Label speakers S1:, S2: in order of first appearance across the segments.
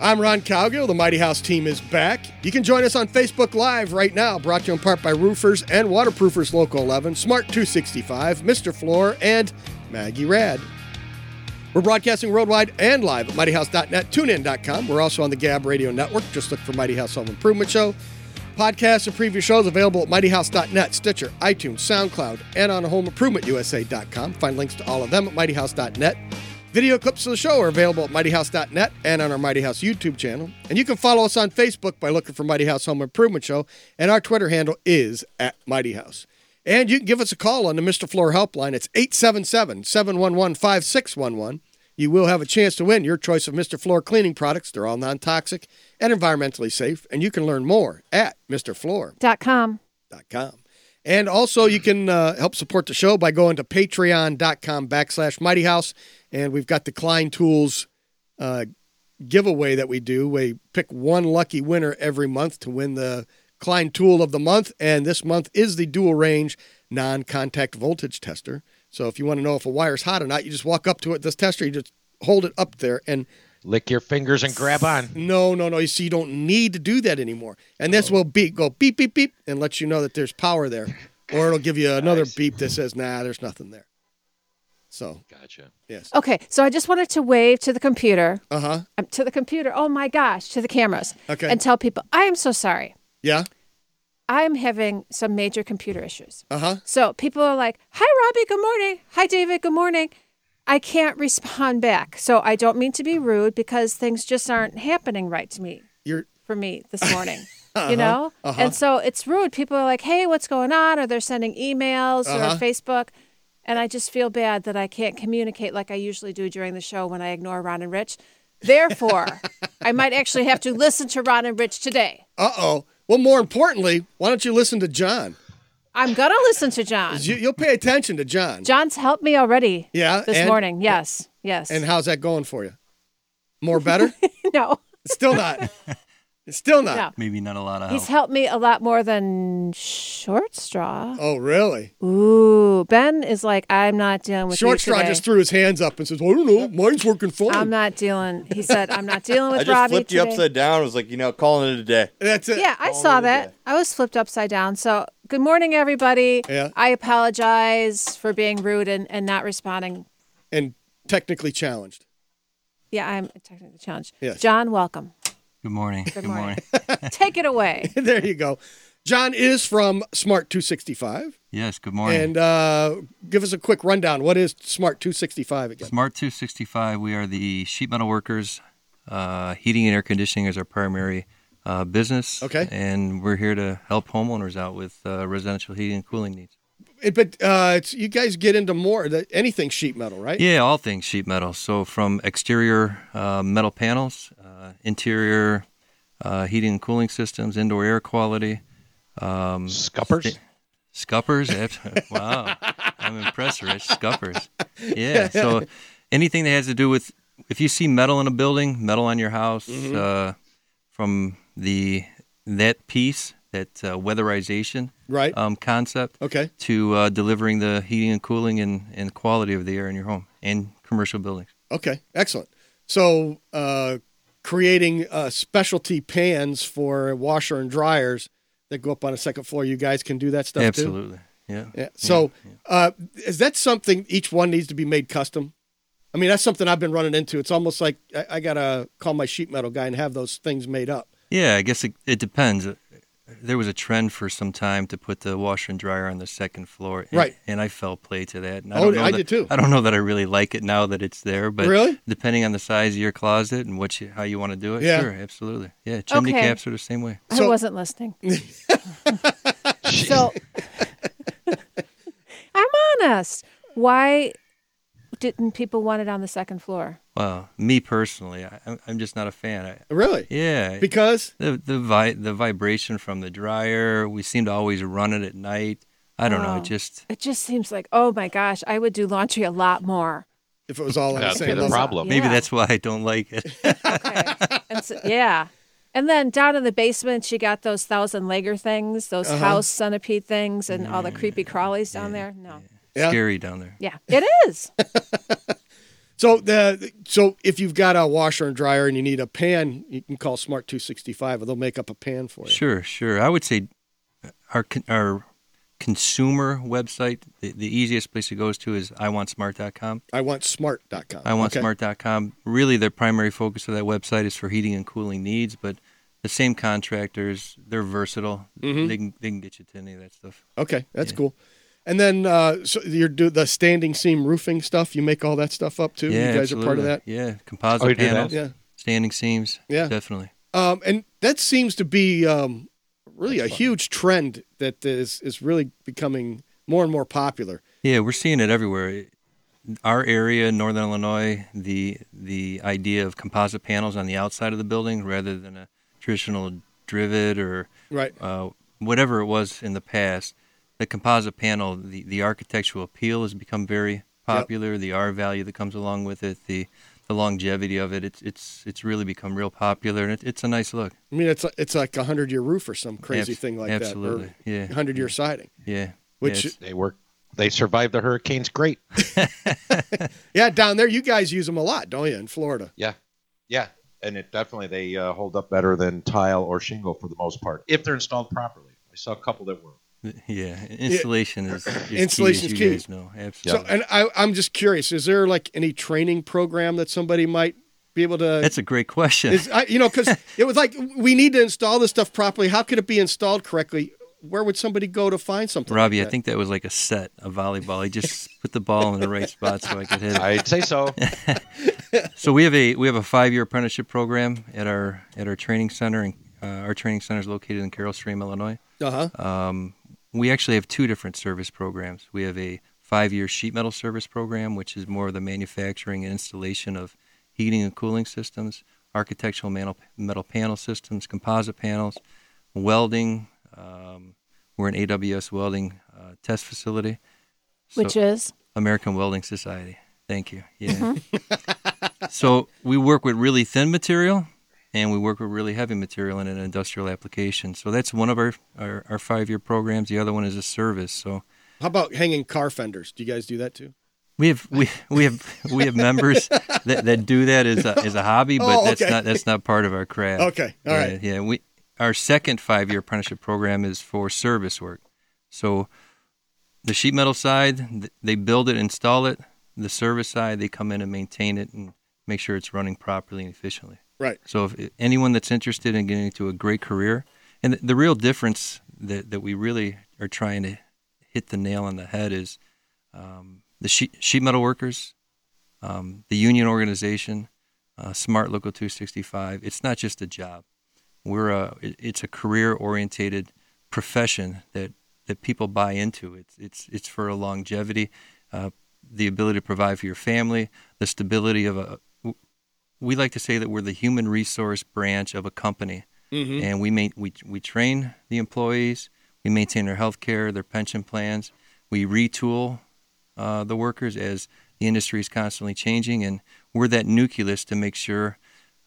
S1: I'm Ron Calgill. The Mighty House team is back. You can join us on Facebook Live right now, brought to you in part by Roofers and Waterproofers Local 11, Smart 265, Mr. Floor, and Maggie Rad. We're broadcasting worldwide and live at mightyhouse.net, tunein.com. We're also on the Gab Radio Network. Just look for Mighty House Home Improvement Show. Podcasts and previous shows available at mightyhouse.net, Stitcher, iTunes, SoundCloud, and on homeimprovementusa.com. Find links to all of them at mightyhouse.net. Video clips of the show are available at mightyhouse.net and on our Mighty House YouTube channel. And you can follow us on Facebook by looking for Mighty House Home Improvement Show, and our Twitter handle is at Mighty House. And you can give us a call on the Mr. Floor helpline. It's 877 711 5611. You will have a chance to win your choice of Mr. Floor cleaning products. They're all non toxic and environmentally safe. And you can learn more at MrFloor.com.
S2: dot com.
S1: And also, you can uh, help support the show by going to patreon.com backslash mighty house. And we've got the Klein Tools uh, giveaway that we do. We pick one lucky winner every month to win the Klein Tool of the Month. And this month is the dual range non contact voltage tester. So if you want to know if a wire's hot or not, you just walk up to it, this tester, you just hold it up there and
S3: Lick your fingers and grab on.
S1: no, no, no. You see, you don't need to do that anymore. And this will beep, go beep, beep, beep, and let you know that there's power there, or it'll give you another beep that says, "Nah, there's nothing there." So
S3: Gotcha.
S1: yes,
S2: Okay, so I just wanted to wave to the computer,
S1: uh huh,
S2: um, to the computer. Oh my gosh, to the cameras,
S1: Okay.
S2: and tell people I am so sorry.
S1: yeah,
S2: I am having some major computer issues.
S1: uh huh,
S2: So people are like, "Hi, Robbie. Good morning. Hi, David. Good morning." I can't respond back, so I don't mean to be rude because things just aren't happening right to me
S1: you're
S2: for me this morning.
S1: Uh-huh,
S2: You know? And so it's rude. People are like, hey, what's going on? Or they're sending emails
S1: Uh-huh.
S2: or Facebook. And I just feel bad that I can't communicate like I usually do during the show when I ignore Ron and Rich. Therefore, I might actually have to listen to Ron and Rich today.
S1: uh oh. Well, more importantly, why don't you listen to John?
S2: I'm going to listen to John.
S1: 'Cause You, you'll pay attention to John.
S2: John's helped me already
S1: Yeah,
S2: this
S1: and-
S2: morning. Yes. Yes.
S1: And how's that going for you? More better?
S2: no.
S1: Still not. Still not.
S2: No.
S4: Maybe not a lot of help.
S2: He's helped me a lot more than Short Straw.
S1: Oh, really?
S2: Ooh, Ben is like, I'm not dealing with you
S1: Short Straw
S2: today.
S1: just threw his hands up and says, "I don't know. Mine's working fine."
S2: I'm not dealing. He said, "I'm not dealing with
S5: I just
S2: Robbie
S5: flipped you
S2: today."
S5: upside down. I was like, you know, calling it a day.
S1: That's it.
S2: Yeah, I saw that. I was flipped upside down. So, good morning, everybody.
S1: Yeah.
S2: I apologize for being rude and, and not responding.
S1: And technically challenged.
S2: Yeah, I'm technically challenged.
S1: Yes.
S2: John, welcome.
S4: Good morning. Good,
S2: morning. Take it away.
S1: there you go. John is from Smart 265.
S4: yes, good morning.
S1: And uh, give us a quick rundown. What is Smart 265 again?
S4: Smart 265, we are the sheet metal workers. Uh, heating and air conditioning is our primary uh, business.
S1: Okay.
S4: And we're here to help homeowners out with uh, residential heating and cooling needs.
S1: It- but uh, it's, you guys get into more the, anything sheet metal, right?
S4: Yeah, all things sheet metal. So from exterior uh, metal panels, uh, interior uh, heating and cooling systems, indoor air quality,
S6: Mm-hmm.
S3: Scuppers?
S4: Scuppers. abs- wow. I'm impressed, Rich. Scuppers. Yeah. So anything that has to do with, if you see metal in a building, metal on your house,
S1: Mm-hmm.
S4: uh, from the that piece, that uh, weatherization
S1: Right.
S4: um, concept,
S1: okay.
S4: to uh, delivering the heating and cooling and, and quality of the air in your home and commercial buildings.
S1: Okay. Excellent. So, uh, creating uh, specialty pans for washer and dryers that go up on a second floor. You guys can do that stuff too.
S4: Absolutely. Yeah.
S1: Yeah. So, Uh, is that something each one needs to be made custom? I mean, that's something I've been running into. It's almost like I, I gotta call my sheet metal guy and have those things made up.
S4: Yeah, I guess it, it depends. Uh, There was a trend for some time to put the washer and dryer on the second floor, and,
S1: Right.
S4: And I fell prey to that. And
S1: Oh,
S4: don't know
S1: I
S4: that-
S1: did too.
S4: I don't know that I really like it now that it's there, but
S1: Really?
S4: depending on the size of your closet and what you, how you want to do it,
S1: Yeah.
S4: sure, absolutely, yeah. Chimney
S2: Okay.
S4: caps are the same way.
S1: So-
S2: I wasn't listening. so, I'm honest. Why didn't people want it on the second floor?
S4: Well, me personally, I, I'm- I'm just not a fan. I,
S1: Really?
S4: yeah,
S1: Because
S4: the the vi- the vibration from the dryer. We seem to always run it at night. I don't know.
S2: Oh.
S4: It just
S2: It just seems like, oh my gosh, I would do laundry a lot more.
S1: if it was all on the
S3: That's
S1: same
S3: the
S1: level.
S3: problem.
S4: maybe
S2: Yeah.
S4: that's why I don't like it.
S2: Okay. and so, yeah. And then down in the basement, you got those thousand legger things, those house centipede things, and all the creepy crawlies down there. No.
S1: Yeah.
S4: Scary down there.
S2: Yeah, it is.
S1: So the so if you've got a washer and dryer and you need a pan, you can call Smart 265 and they'll make up a pan for you.
S4: Sure, sure. I would say uh, our con- our consumer website, the, the easiest place to go is to is iwantsmart.com.
S1: I want smart.com. Okay.
S4: Iwantsmart.com. Really, their primary focus of that website is for heating and cooling needs, but the same contractors, they're versatile.
S1: Mm-hmm.
S4: They, can, they can get you to any of that stuff.
S1: Okay, that's cool. And then uh, so you're do the standing seam roofing stuff. You make all that stuff up too. you guys are part of that.
S4: absolutely. Yeah, composite
S3: Oh, you do that?
S4: panels,
S1: Yeah.
S4: standing seams.
S1: Yeah.
S4: definitely.
S1: Um, and that seems to be um, really a huge trend that is is really becoming more and more popular.
S4: Yeah, we're seeing it everywhere. Our area, Northern Illinois, the the idea of composite panels on the outside of the building rather than a traditional drivet or
S1: Right.
S4: uh, whatever it was in the past, the composite panel, the, the architectural appeal has become very popular. The R value that comes along with it, the the longevity of it, it's it's it's really become real popular, and it, it's a nice look.
S1: I mean, it's like- it's like a hundred year roof or some crazy
S4: Abs-
S1: thing like
S4: absolutely.
S1: that.
S4: Yeah.
S1: Hundred year siding.
S4: Yeah,
S1: Which-
S4: yeah, it's-
S3: They work. They survived the hurricanes. Great.
S1: Yeah, down there you guys use them a lot, don't you? In Florida.
S6: Yeah, yeah, and it definitely they uh, hold up better than tile or shingle for the most part if they're installed properly. I saw a couple that were.
S4: yeah, installation is, is
S1: Installation is
S4: key, as
S1: key.
S4: you guys know. Absolutely.
S1: So, and I, I'm just curious: is there like any training program that somebody might be able to?
S4: That's a great question.
S1: Is, I, you know, because it was like we need to install this stuff properly. How could it be installed correctly? Where would somebody go to find something? like
S4: Robbie, I
S1: that?
S4: think that was like a set of volleyball. He just put the ball in the right spot so I could hit it.
S6: I'd say so.
S4: So we have a we have a five year apprenticeship program at our at our training center, and uh, our training center is located in Carroll Stream, Illinois. Um,
S1: Uh-huh.
S4: We actually have two different service programs. We have a five year sheet metal service program, which is more of the manufacturing and installation of heating and cooling systems, architectural metal, metal panel systems, composite panels, welding. Um, we're an AWS welding uh, test facility.
S2: Which is
S4: American Welding Society. Thank you. Yeah. so we work with really thin material and we work with really heavy material in an industrial application. So that's one of our, our, our five year programs. The other one is a service. So
S1: How about hanging car fenders? Do you guys do that too?
S4: we have we, we have we have members that, that do that as a, as a hobby, but
S1: Oh,
S4: that's
S1: okay.
S4: not that's not part of our craft.
S1: Okay, all
S4: yeah,
S1: right.
S4: Yeah, we our second five year apprenticeship program is for service work. So the sheet metal side, th- they build it, install it. The service side, they come in and maintain it and make sure it's running properly and efficiently.
S1: Right.
S4: So if anyone that's interested in getting into a great career, and the, the real difference that, that we really are trying to hit the nail on the head is um, the sheet, sheet metal workers, um, the union organization, uh, Smart Local 265. It's not just a job. We're a, it- it's a career oriented profession that, that people buy into. It's, it's, it's for a longevity, uh, the ability to provide for your family, the stability of a, we like to say that we're the human resource branch of a company, and we main, we we train the employees, we maintain their health care, their pension plans, we retool uh, the workers as the industry is constantly changing, and we're that nucleus to make sure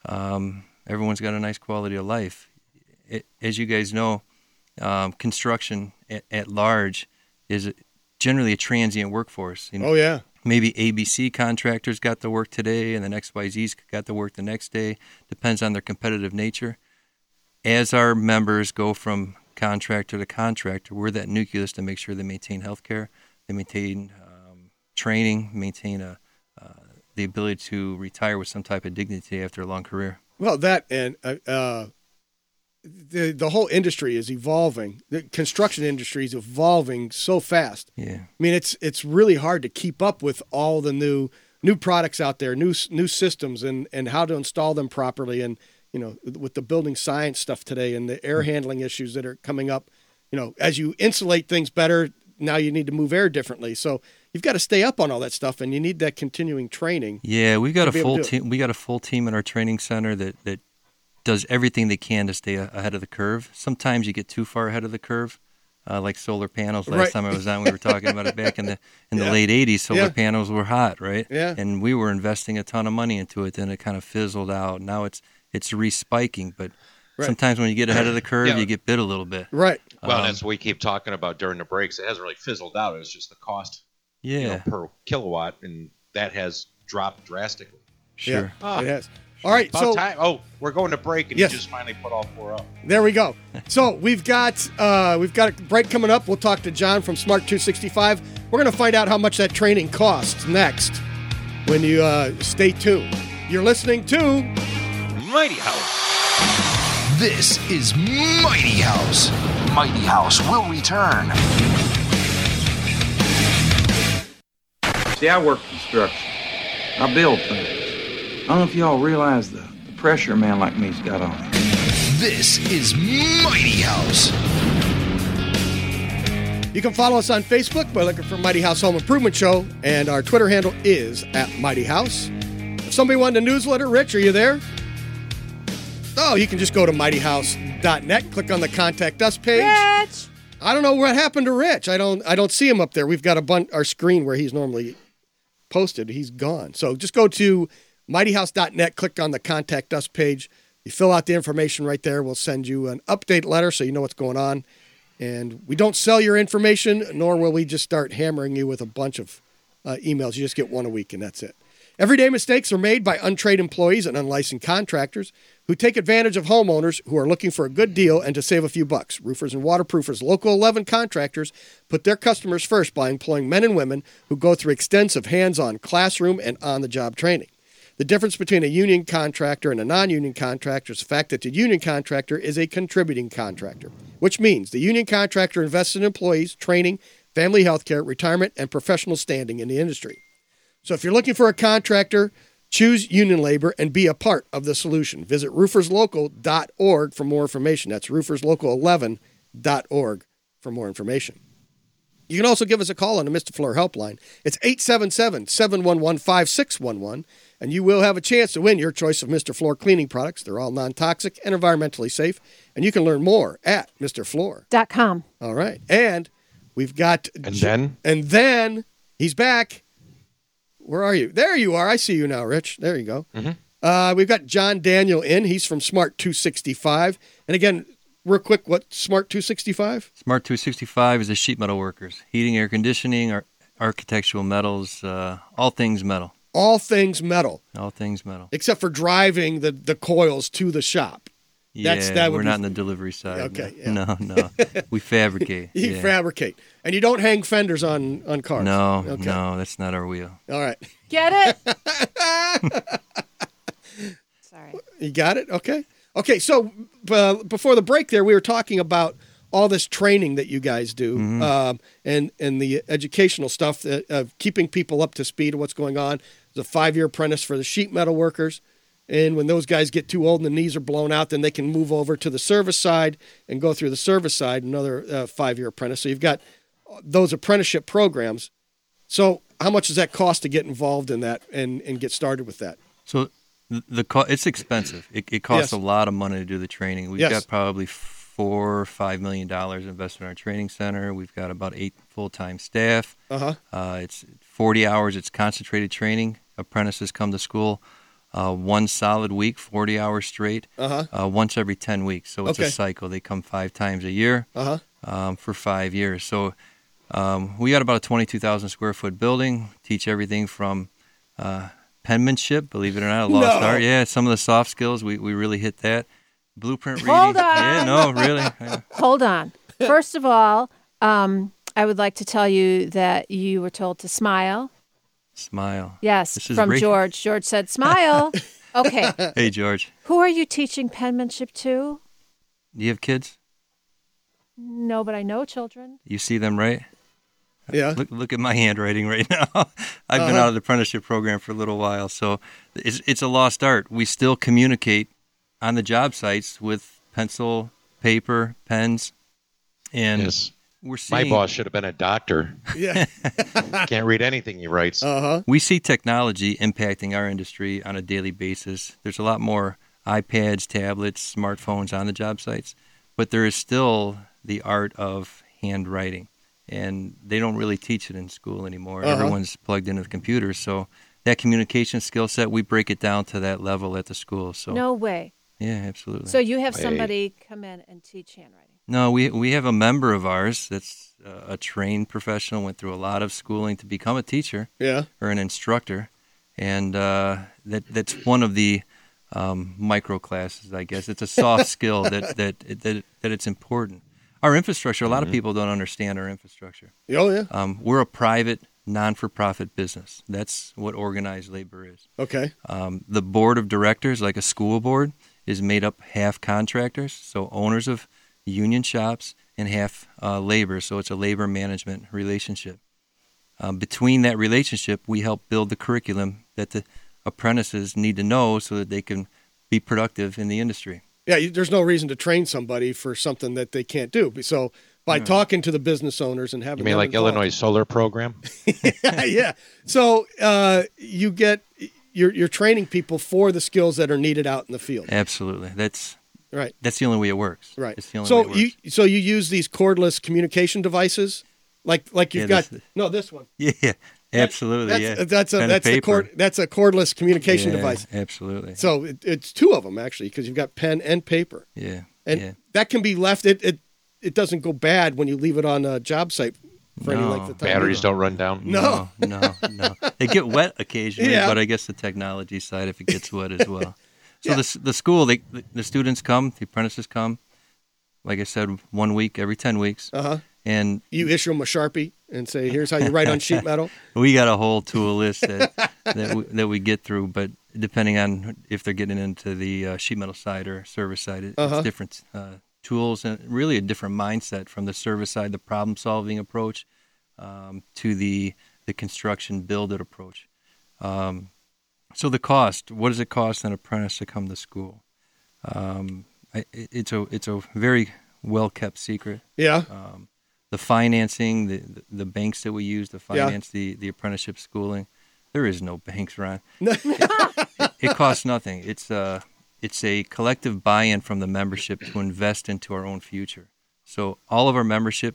S4: um, everyone's got a nice quality of life. It, as you guys know, um, construction at, at large is generally a transient workforce. You know,
S1: Oh yeah.
S4: maybe ABC contractors got the work today and then XYZ's got the work the next day. Depends on their competitive nature. As our members go from contractor to contractor, we're that nucleus to make sure they maintain health care, they maintain um, training, maintain a, uh, the ability to retire with some type of dignity after a long career.
S1: Well, that and uh, uh, the the whole industry is evolving. The construction industry is evolving so fast.
S4: Yeah.
S1: I mean, it's it's really hard to keep up with all the new new products out there, new s- new systems, and and how to install them properly, and you know, with the building science stuff today and the air handling issues that are coming up. You know, as you insulate things better, now you need to move air differently. So you've got to stay up on all that stuff, and you need that continuing training.
S4: Yeah, we've got
S1: to
S4: a
S1: be able
S4: full
S1: to do it.
S4: team. We got a full team in our training center that that does everything they can to stay a- ahead of the curve. Sometimes you get too far ahead of the curve, uh, like solar panels. Last
S1: Right.
S4: time I was on, we were talking about it back in the in
S1: Yeah.
S4: the late '80s. Solar
S1: Yeah.
S4: panels were hot, right?
S1: Yeah.
S4: And we were investing a ton of money into it. Then it kind of fizzled out. Now it's it's respiking, but
S1: Right.
S4: sometimes when you get ahead of the curve,
S6: Yeah.
S4: you get bit a little bit.
S1: Right.
S6: Well,
S4: Um,
S6: that's what we keep talking about during the breaks. It hasn't really fizzled out. It's just the cost
S4: Yeah,
S6: you know, per kilowatt, and that has dropped drastically.
S4: sure.
S1: Yeah,
S6: Ah.
S1: it has. All right.
S6: About
S1: so
S6: time. Oh, we're going to break, and
S1: Yes.
S6: you just finally put all four up.
S1: There we go. So we've got uh, we've got a break coming up. We'll talk to John from Smart 265. We're going to find out how much that training costs next. When you uh, stay tuned, you're listening to
S6: Mighty House.
S7: This is Mighty House. Mighty House will return.
S8: See, I work construction. I build things. I don't know if y'all realize the, the pressure a man like me's got on him.
S7: This is Mighty House.
S1: You can follow us on Facebook by looking for Mighty House Home Improvement Show, and our Twitter handle is at Mighty House. If somebody wanted a newsletter, Rich, are you there? Oh, you can just go to mightyhouse.net, click on the Contact Us page.
S2: Rich.
S1: I don't know what happened to Rich. I don't. I don't see him up there. We've got a bun- our screen where he's normally posted. He's gone. So just go to mightyhouse.net, click on the contact us page. You fill out the information right there. We'll send you an update letter so you know what's going on. And we don't sell your information, nor will we just start hammering you with a bunch of uh, emails. You just get one a week, and that's it. Everyday mistakes are made by untrained employees and unlicensed contractors who take advantage of homeowners who are looking for a good deal and to save a few bucks. Roofers and waterproofers, Local 11 contractors put their customers first by employing men and women who go through extensive hands on classroom and on the job training. The difference between a union contractor and a non union contractor is the fact that the union contractor is a contributing contractor, which means the union contractor invests in employees, training, family health care, retirement, and professional standing in the industry. So if you're looking for a contractor, choose union labor and be a part of the solution. Visit rooferslocal.org for more information. That's rooferslocal11.org for more information. You can also give us a call on the Mr. Floor helpline. It's 877 711 5611, and you will have a chance to win your choice of Mr. Floor cleaning products. They're all non toxic and environmentally safe, and you can learn more at Mr. Floor.
S2: Dot com.
S1: All right. And we've got
S3: And then?
S1: and then he's back. Where are you? There you are. I see you now, Rich. There you go.
S4: Mm-hmm.
S1: Uh, we've got John Daniel in. He's from Smart 265. And again, real quick, what Smart 265?
S4: Smart 265 is a sheet metal workers, heating, air conditioning, ar- architectural metals, uh, all things metal,
S1: All things metal,
S4: all things metal.
S1: except for driving the, the coils to the shop. That's-
S4: yeah,
S1: that would
S4: we're
S1: be-
S4: not in the delivery side.
S1: Okay,
S4: No, no. no. we fabricate.
S1: You
S4: yeah.
S1: fabricate. And you don't hang fenders on, on cars.
S4: No,
S1: Okay.
S4: no, that's not our wheel.
S1: All right.
S2: Get it? Sorry.
S1: You got it? Okay. Okay. So uh, before the break, there we were talking about all this training that you guys do, um, and and the educational stuff that, of keeping people up to speed of what's going on. There's a five year apprentice for the sheet metal workers, and when those guys get too old and the knees are blown out, then they can move over to the service side and go through the service side. Another uh, five year apprentice. So you've got uh, those apprenticeship programs. So how much does that cost to get involved in that and and get started with that?
S4: So th- the co- it's expensive. It, it costs
S1: Yes.
S4: a lot of money to do the training. We've
S1: Yes.
S4: got probably four or five million dollars invested in our training center. We've got about eight full time staff.
S1: Uh huh.
S4: Uh, it's 40 hours. It's concentrated training. Apprentices come to school uh, one solid week, 40 hours straight,
S1: Uh-huh.
S4: uh, once every 10 weeks. So it's
S1: Okay.
S4: a cycle. They come five times a year
S1: Uh huh.
S4: um, for five years. So um, we got about a 22,000 square foot building. Teach everything from uh, penmanship, believe it or not, a lost
S1: No.
S4: art. Yeah, some of the soft skills. We, we really hit that. Blueprint reading.
S2: Hold
S4: Yeah,
S2: on.
S4: no, really. Yeah.
S2: Hold on. First of all, um, I would like to tell you that you were told to smile.
S4: Smile.
S2: Yes,
S4: This is
S2: from
S4: ra-
S2: George. George said, "Smile." okay,
S4: Hey, George,
S2: who are you teaching penmanship to?
S4: do you have kids?
S2: No, but I know children.
S4: You see them, right?
S1: Yeah.
S4: Look, look at my handwriting right now. I've
S2: Uh-huh.
S4: been out of the apprenticeship program for a little while, so it's, it's a lost art. We still communicate on the job sites with pencil, paper, pens, and
S3: Yes.
S4: we're seeing
S6: My boss should have been a doctor.
S1: Yeah.
S6: Can't read anything he writes.
S1: Uh huh.
S4: we see technology impacting our industry on a daily basis. There's a lot more iPads, tablets, smartphones on the job sites, but there is still the art of handwriting, and they don't really teach it in school anymore.
S1: Uh-huh.
S4: Everyone's plugged into the computer, so that communication skill set we break it down to that level at the school. So
S2: No way.
S4: yeah, absolutely.
S2: So you have somebody come in and teach handwriting.
S4: No, we we have a member of ours that's uh, a trained professional, went through a lot of schooling to become a teacher
S1: Yeah.
S4: or an instructor, and uh, that that's one of the um, micro classes, I guess. It's a soft skill that that that that it's important. Our infrastructure. A lot of people don't understand our infrastructure.
S1: Oh yeah.
S4: Um, we're a private, non-for-profit business. That's what organized labor is.
S1: Okay.
S4: Um, the board of directors, like a school board, is made up half contractors, so owners of union shops, and half uh, labor. So it's a labor management relationship. Um, between that relationship, we help build the curriculum that the apprentices need to know so that they can be productive in the industry.
S1: Yeah. You, there's no reason to train somebody for something that they can't do. So by talking to the business owners and having
S6: Hmm. You mean
S1: them
S6: like
S1: involved-
S6: Illinois solar program?
S1: yeah. So uh, you get you're you're training people for the skills that are needed out in the field.
S4: Absolutely, that's
S1: Right.
S4: that's the only way it works.
S1: Right.
S4: It's the only way it
S1: so
S4: works.
S1: you so you use these cordless communication devices, like like you've
S4: Yeah,
S1: got
S4: this-
S1: no this one.
S4: yeah, absolutely.
S1: That's
S4: yeah.
S1: that's a
S4: Pen and
S1: that's the
S4: paper.
S1: cord that's a cordless communication
S4: Yeah,
S1: device.
S4: Absolutely.
S1: So it, it's two of them actually because you've got pen and paper,
S4: yeah.
S1: and
S4: yeah.
S1: that can be left. It it it doesn't go bad when you leave it on a job site for any
S4: No.
S1: length of time.
S6: Batteries don't run down.
S1: No.
S4: no, no. no. They get wet occasionally,
S1: Yeah.
S4: but I guess the technology side, if it gets wet as well. So the the the school, they, the students come, the apprentices come. Like I said, one week every ten weeks,
S1: Uh huh.
S4: and
S1: You issue them a sharpie and say, "Here's how you write on sheet metal."
S4: we got a whole tool list that that, we, that we get through. But depending on if they're getting into the uh, sheet metal side or service side, it,
S1: Uh-huh.
S4: it's different uh, tools and really a different mindset from the service side, the problem solving approach, um, to the the construction build it approach. Um, so the cost, what does it cost an apprentice to come to school? Um, I, it- it's a it's a very well kept secret
S1: Yeah.
S4: um, the financing, the the banks that we use to finance the the apprenticeship schooling. There is no banks, Ron.
S1: No.
S4: it, it costs nothing. It's a it's a collective buy-in from the membership to invest into our own future. So all of our membership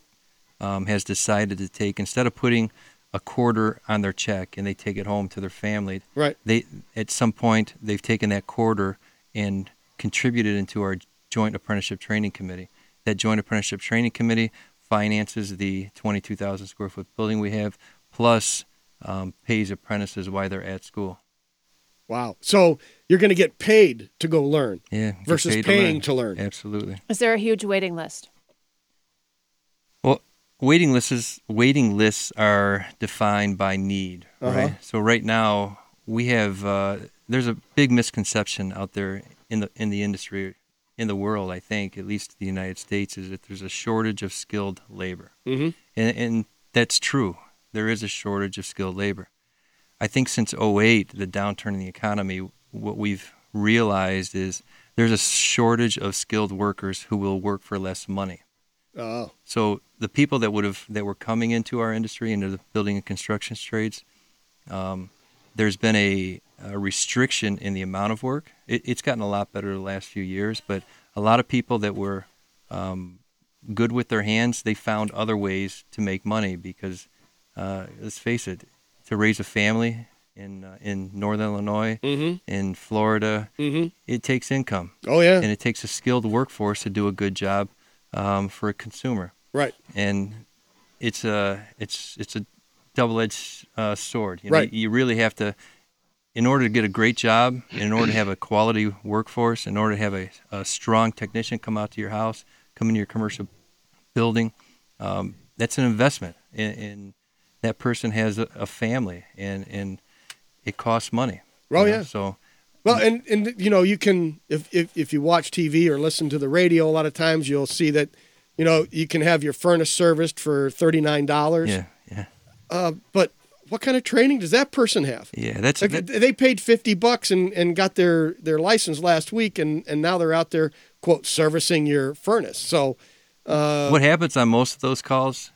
S4: um, has decided to take instead of putting a quarter on their check and they take it home to their family.
S1: Right.
S4: They at some point they've taken that quarter and contributed into our joint apprenticeship training committee. That joint apprenticeship training committee finances the 22,000 square foot building we have, plus um, pays apprentices while they're at school.
S1: Wow. So you're going to get paid to go learn.
S4: Yeah. get
S1: Versus
S4: paid
S1: paying to learn.
S4: Absolutely.
S2: Is there a huge waiting list?
S4: Well, waiting lists is, waiting lists are defined by need,
S1: Uh-huh.
S4: right? So right now we have uh, there's a big misconception out there in the in the industry in the world, I think, at least the United States, is that there's a shortage of skilled labor,
S1: Mhm.
S4: and, and that's true. There is a shortage of skilled labor. I think since 08, the downturn in the economy, what we've realized is there's a shortage of skilled workers who will work for less money.
S1: Oh,
S4: So the people that would have that were coming into our industry, into the building and construction trades, um, there's been a, a restriction in the amount of work. It, it's gotten a lot better the last few years, but a lot of people that were um, good with their hands, they found other ways to make money because, uh, let's face it, to raise a family in uh, in Northern Illinois,
S1: Mhm.
S4: in Florida,
S1: Mhm.
S4: it takes income,
S1: oh yeah.
S4: and it takes a skilled workforce to do a good job um, for a consumer
S1: right.
S4: and it's a it's it's a double-edged uh, sword. You
S1: Right.
S4: Know, you really have to, in order to get a great job, in order to have a quality workforce, in order to have a, a strong technician come out to your house, come into your commercial building, um, that's an investment, and, and that person has a, a family, and and it costs money. you
S1: Oh,
S4: know?
S1: yeah.
S4: So
S1: Well, and and you know, you can if, if if you watch TV or listen to the radio, a lot of times you'll see that, you know, you can have your furnace serviced for thirty nine dollars.
S4: yeah, yeah,
S1: Uh, but what kind of training does that person have?
S4: yeah. That's
S1: Like,
S4: that,
S1: they paid fifty bucks and, and got their, their license last week, and, and now they're out there quote servicing your furnace. So, Uh,
S4: what happens on most of those calls?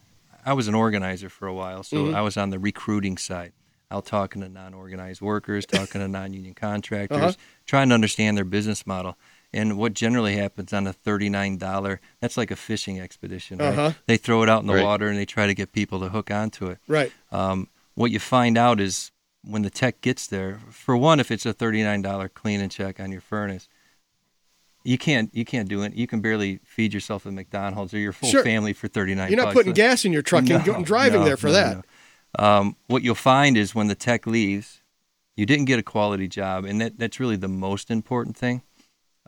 S4: I was an organizer for a while, so
S1: Mm-hmm.
S4: I was on the recruiting side, out talking to non-organized workers, talking to non-union contractors,
S1: Uh-huh.
S4: trying to understand their business model. And what generally happens on a thirty-nine dollar—that's like a fishing expedition. Right?
S1: Uh-huh.
S4: They throw it out in the
S6: Right.
S4: water and they try to get people to hook onto it.
S1: right.
S4: Um, what you find out is when the tech gets there. For one, if it's a thirty-nine dollar clean and check on your furnace, you can't you can't do it. You can barely feed yourself at McDonald's or your full
S1: Sure.
S4: family for thirty-nine.
S1: You're not
S4: bucks.
S1: putting gas in your truck and
S4: No,
S1: go- driving
S4: no,
S1: there for
S4: no,
S1: that.
S4: no. Um, what you'll find is when the tech leaves, you didn't get a quality job, and that, that's really the most important thing.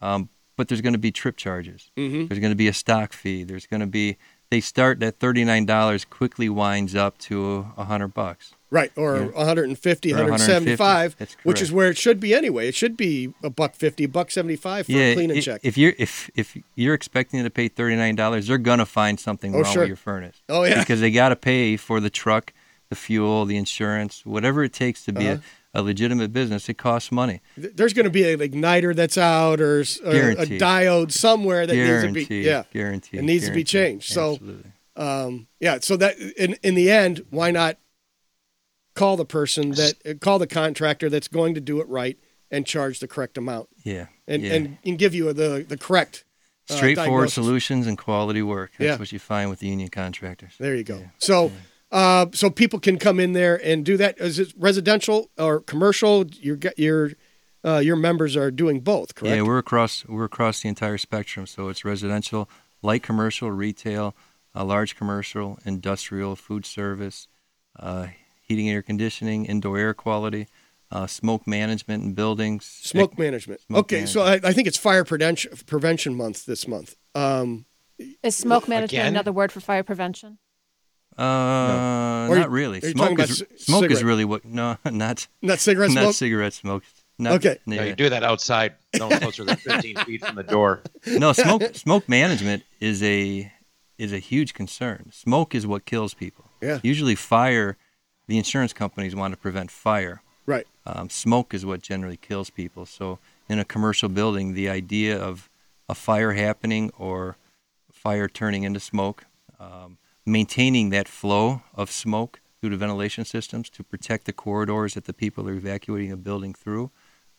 S4: Um, but there's going to be trip charges.
S1: Mhm.
S4: There's going to be a stock fee. There's going to be they start that thirty-nine dollars quickly winds up to a hundred bucks.
S1: Right, or
S4: Yeah.
S1: 150,
S4: Or
S1: 175,
S4: 150, that's
S1: which is
S4: correct.
S1: where it should be anyway. It should be a buck 50, buck 75 for a clean and
S4: i-
S1: check.
S4: If you're if if you're expecting to pay thirty nine dollars, they're gonna find something
S1: Oh,
S4: wrong
S1: sure.
S4: with your furnace.
S1: Oh, yeah.
S4: because they gotta pay for the truck, the fuel, the insurance, whatever it takes to be a, a
S1: Uh-huh.
S4: legitimate business. It costs money.
S1: Th- There's going to be an igniter that's out or, s- or a
S4: Guaranteed.
S1: diode somewhere that
S4: guaranteed,
S1: needs to be yeah.
S4: guaranteed.
S1: It needs to be
S4: guaranteed.
S1: changed. So-
S4: Absolutely.
S1: Um, yeah, so that in in the end, why not call the person that uh, call the contractor that's going to do it right and charge the correct amount
S4: yeah,
S1: and
S4: yeah.
S1: and, and give you the the correct uh,
S4: straightforward
S1: diagnosis.
S4: solutions and quality work. That's
S1: Yeah.
S4: what you find with the union contractors.
S1: There you go. So, uh, so people can come in there and do that. Is it residential or commercial? Your g- your uh, your members are doing both, correct?
S4: Yeah, we're across we're across the entire spectrum. So it's residential, light commercial, retail, uh, large commercial, industrial, food service, uh, heating, air conditioning, indoor air quality, uh, smoke management in buildings.
S1: Smoke management.
S4: Smoke
S1: okay, so I, I think it's fire prevention prevention month this month. Um,
S2: Is smoke management
S6: Again?
S2: another word for fire prevention?
S4: Uh,
S1: Or you-
S4: not really.
S1: are you talking
S4: Smoke is
S1: about c-
S4: smoke
S1: cigarette?
S4: is really what. No, not
S1: not cigarette
S4: not
S1: smoke.
S4: cigarette smoke. Not,
S1: Okay.
S4: no,
S6: No, you do that outside, no closer than 15 feet from the door.
S4: no, smoke smoke management is a is a huge concern. Smoke is what kills people.
S1: Yeah.
S4: Usually, fire. The insurance companies want to prevent fire.
S1: right.
S4: Um, smoke is what generally kills people. So in a commercial building, the idea of a fire happening or fire turning into smoke, um, maintaining that flow of smoke through the ventilation systems to protect the corridors that the people are evacuating a building through,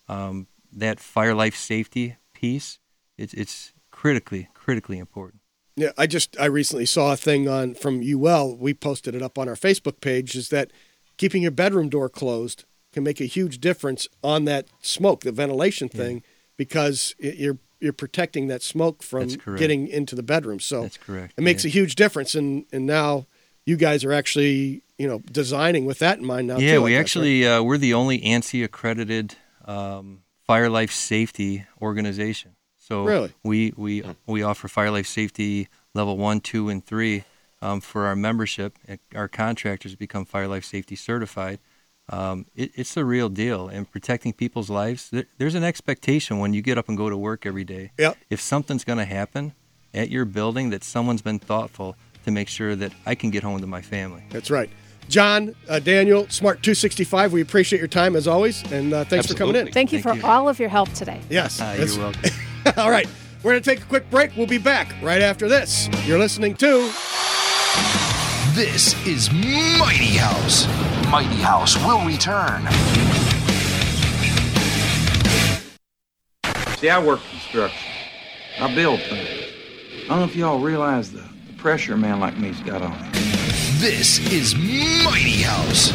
S4: um, that fire life safety piece, it's, it's critically, critically important.
S1: Yeah, I just I recently saw a thing on from UL. We posted it up on our Facebook page. Is that keeping your bedroom door closed can make a huge difference on that smoke, the ventilation thing, because it, you're you're protecting that smoke from
S4: That's correct.
S1: getting into the bedroom. So
S4: That's correct,
S1: It makes
S4: yeah.
S1: a huge difference, and and now you guys are actually you know designing with that in mind now.
S4: yeah,
S1: too, I
S4: we
S1: guess, right?
S4: actually uh, we're the only ANSI accredited um, fire life safety organization. So
S1: Really?
S4: we we we offer fire life safety level one, two, and three um, for our membership. And Our contractors become fire life safety certified. Um, it, it's the real deal, and protecting people's lives. There, there's an expectation when you get up and go to work every day.
S1: Yep.
S4: If something's going to happen at your building, that someone's been thoughtful to make sure that I can get home to my family.
S1: That's right. John, uh, Daniel, Smart Two Sixty Five. We appreciate your time as always, and uh, thanks for coming in.
S6: Absolutely.
S2: Thank you for
S4: Thank you.
S2: all of your help today.
S1: Yes,
S4: Ah,
S1: that's-
S4: you're welcome.
S1: All right, we're going to take a quick break. We'll be back right after this. You're listening to
S7: This is Mighty House. Mighty House will return.
S8: See, I work construction. I build things. I don't know if y'all realize the, the pressure a man like me's got on him.
S7: This is Mighty House.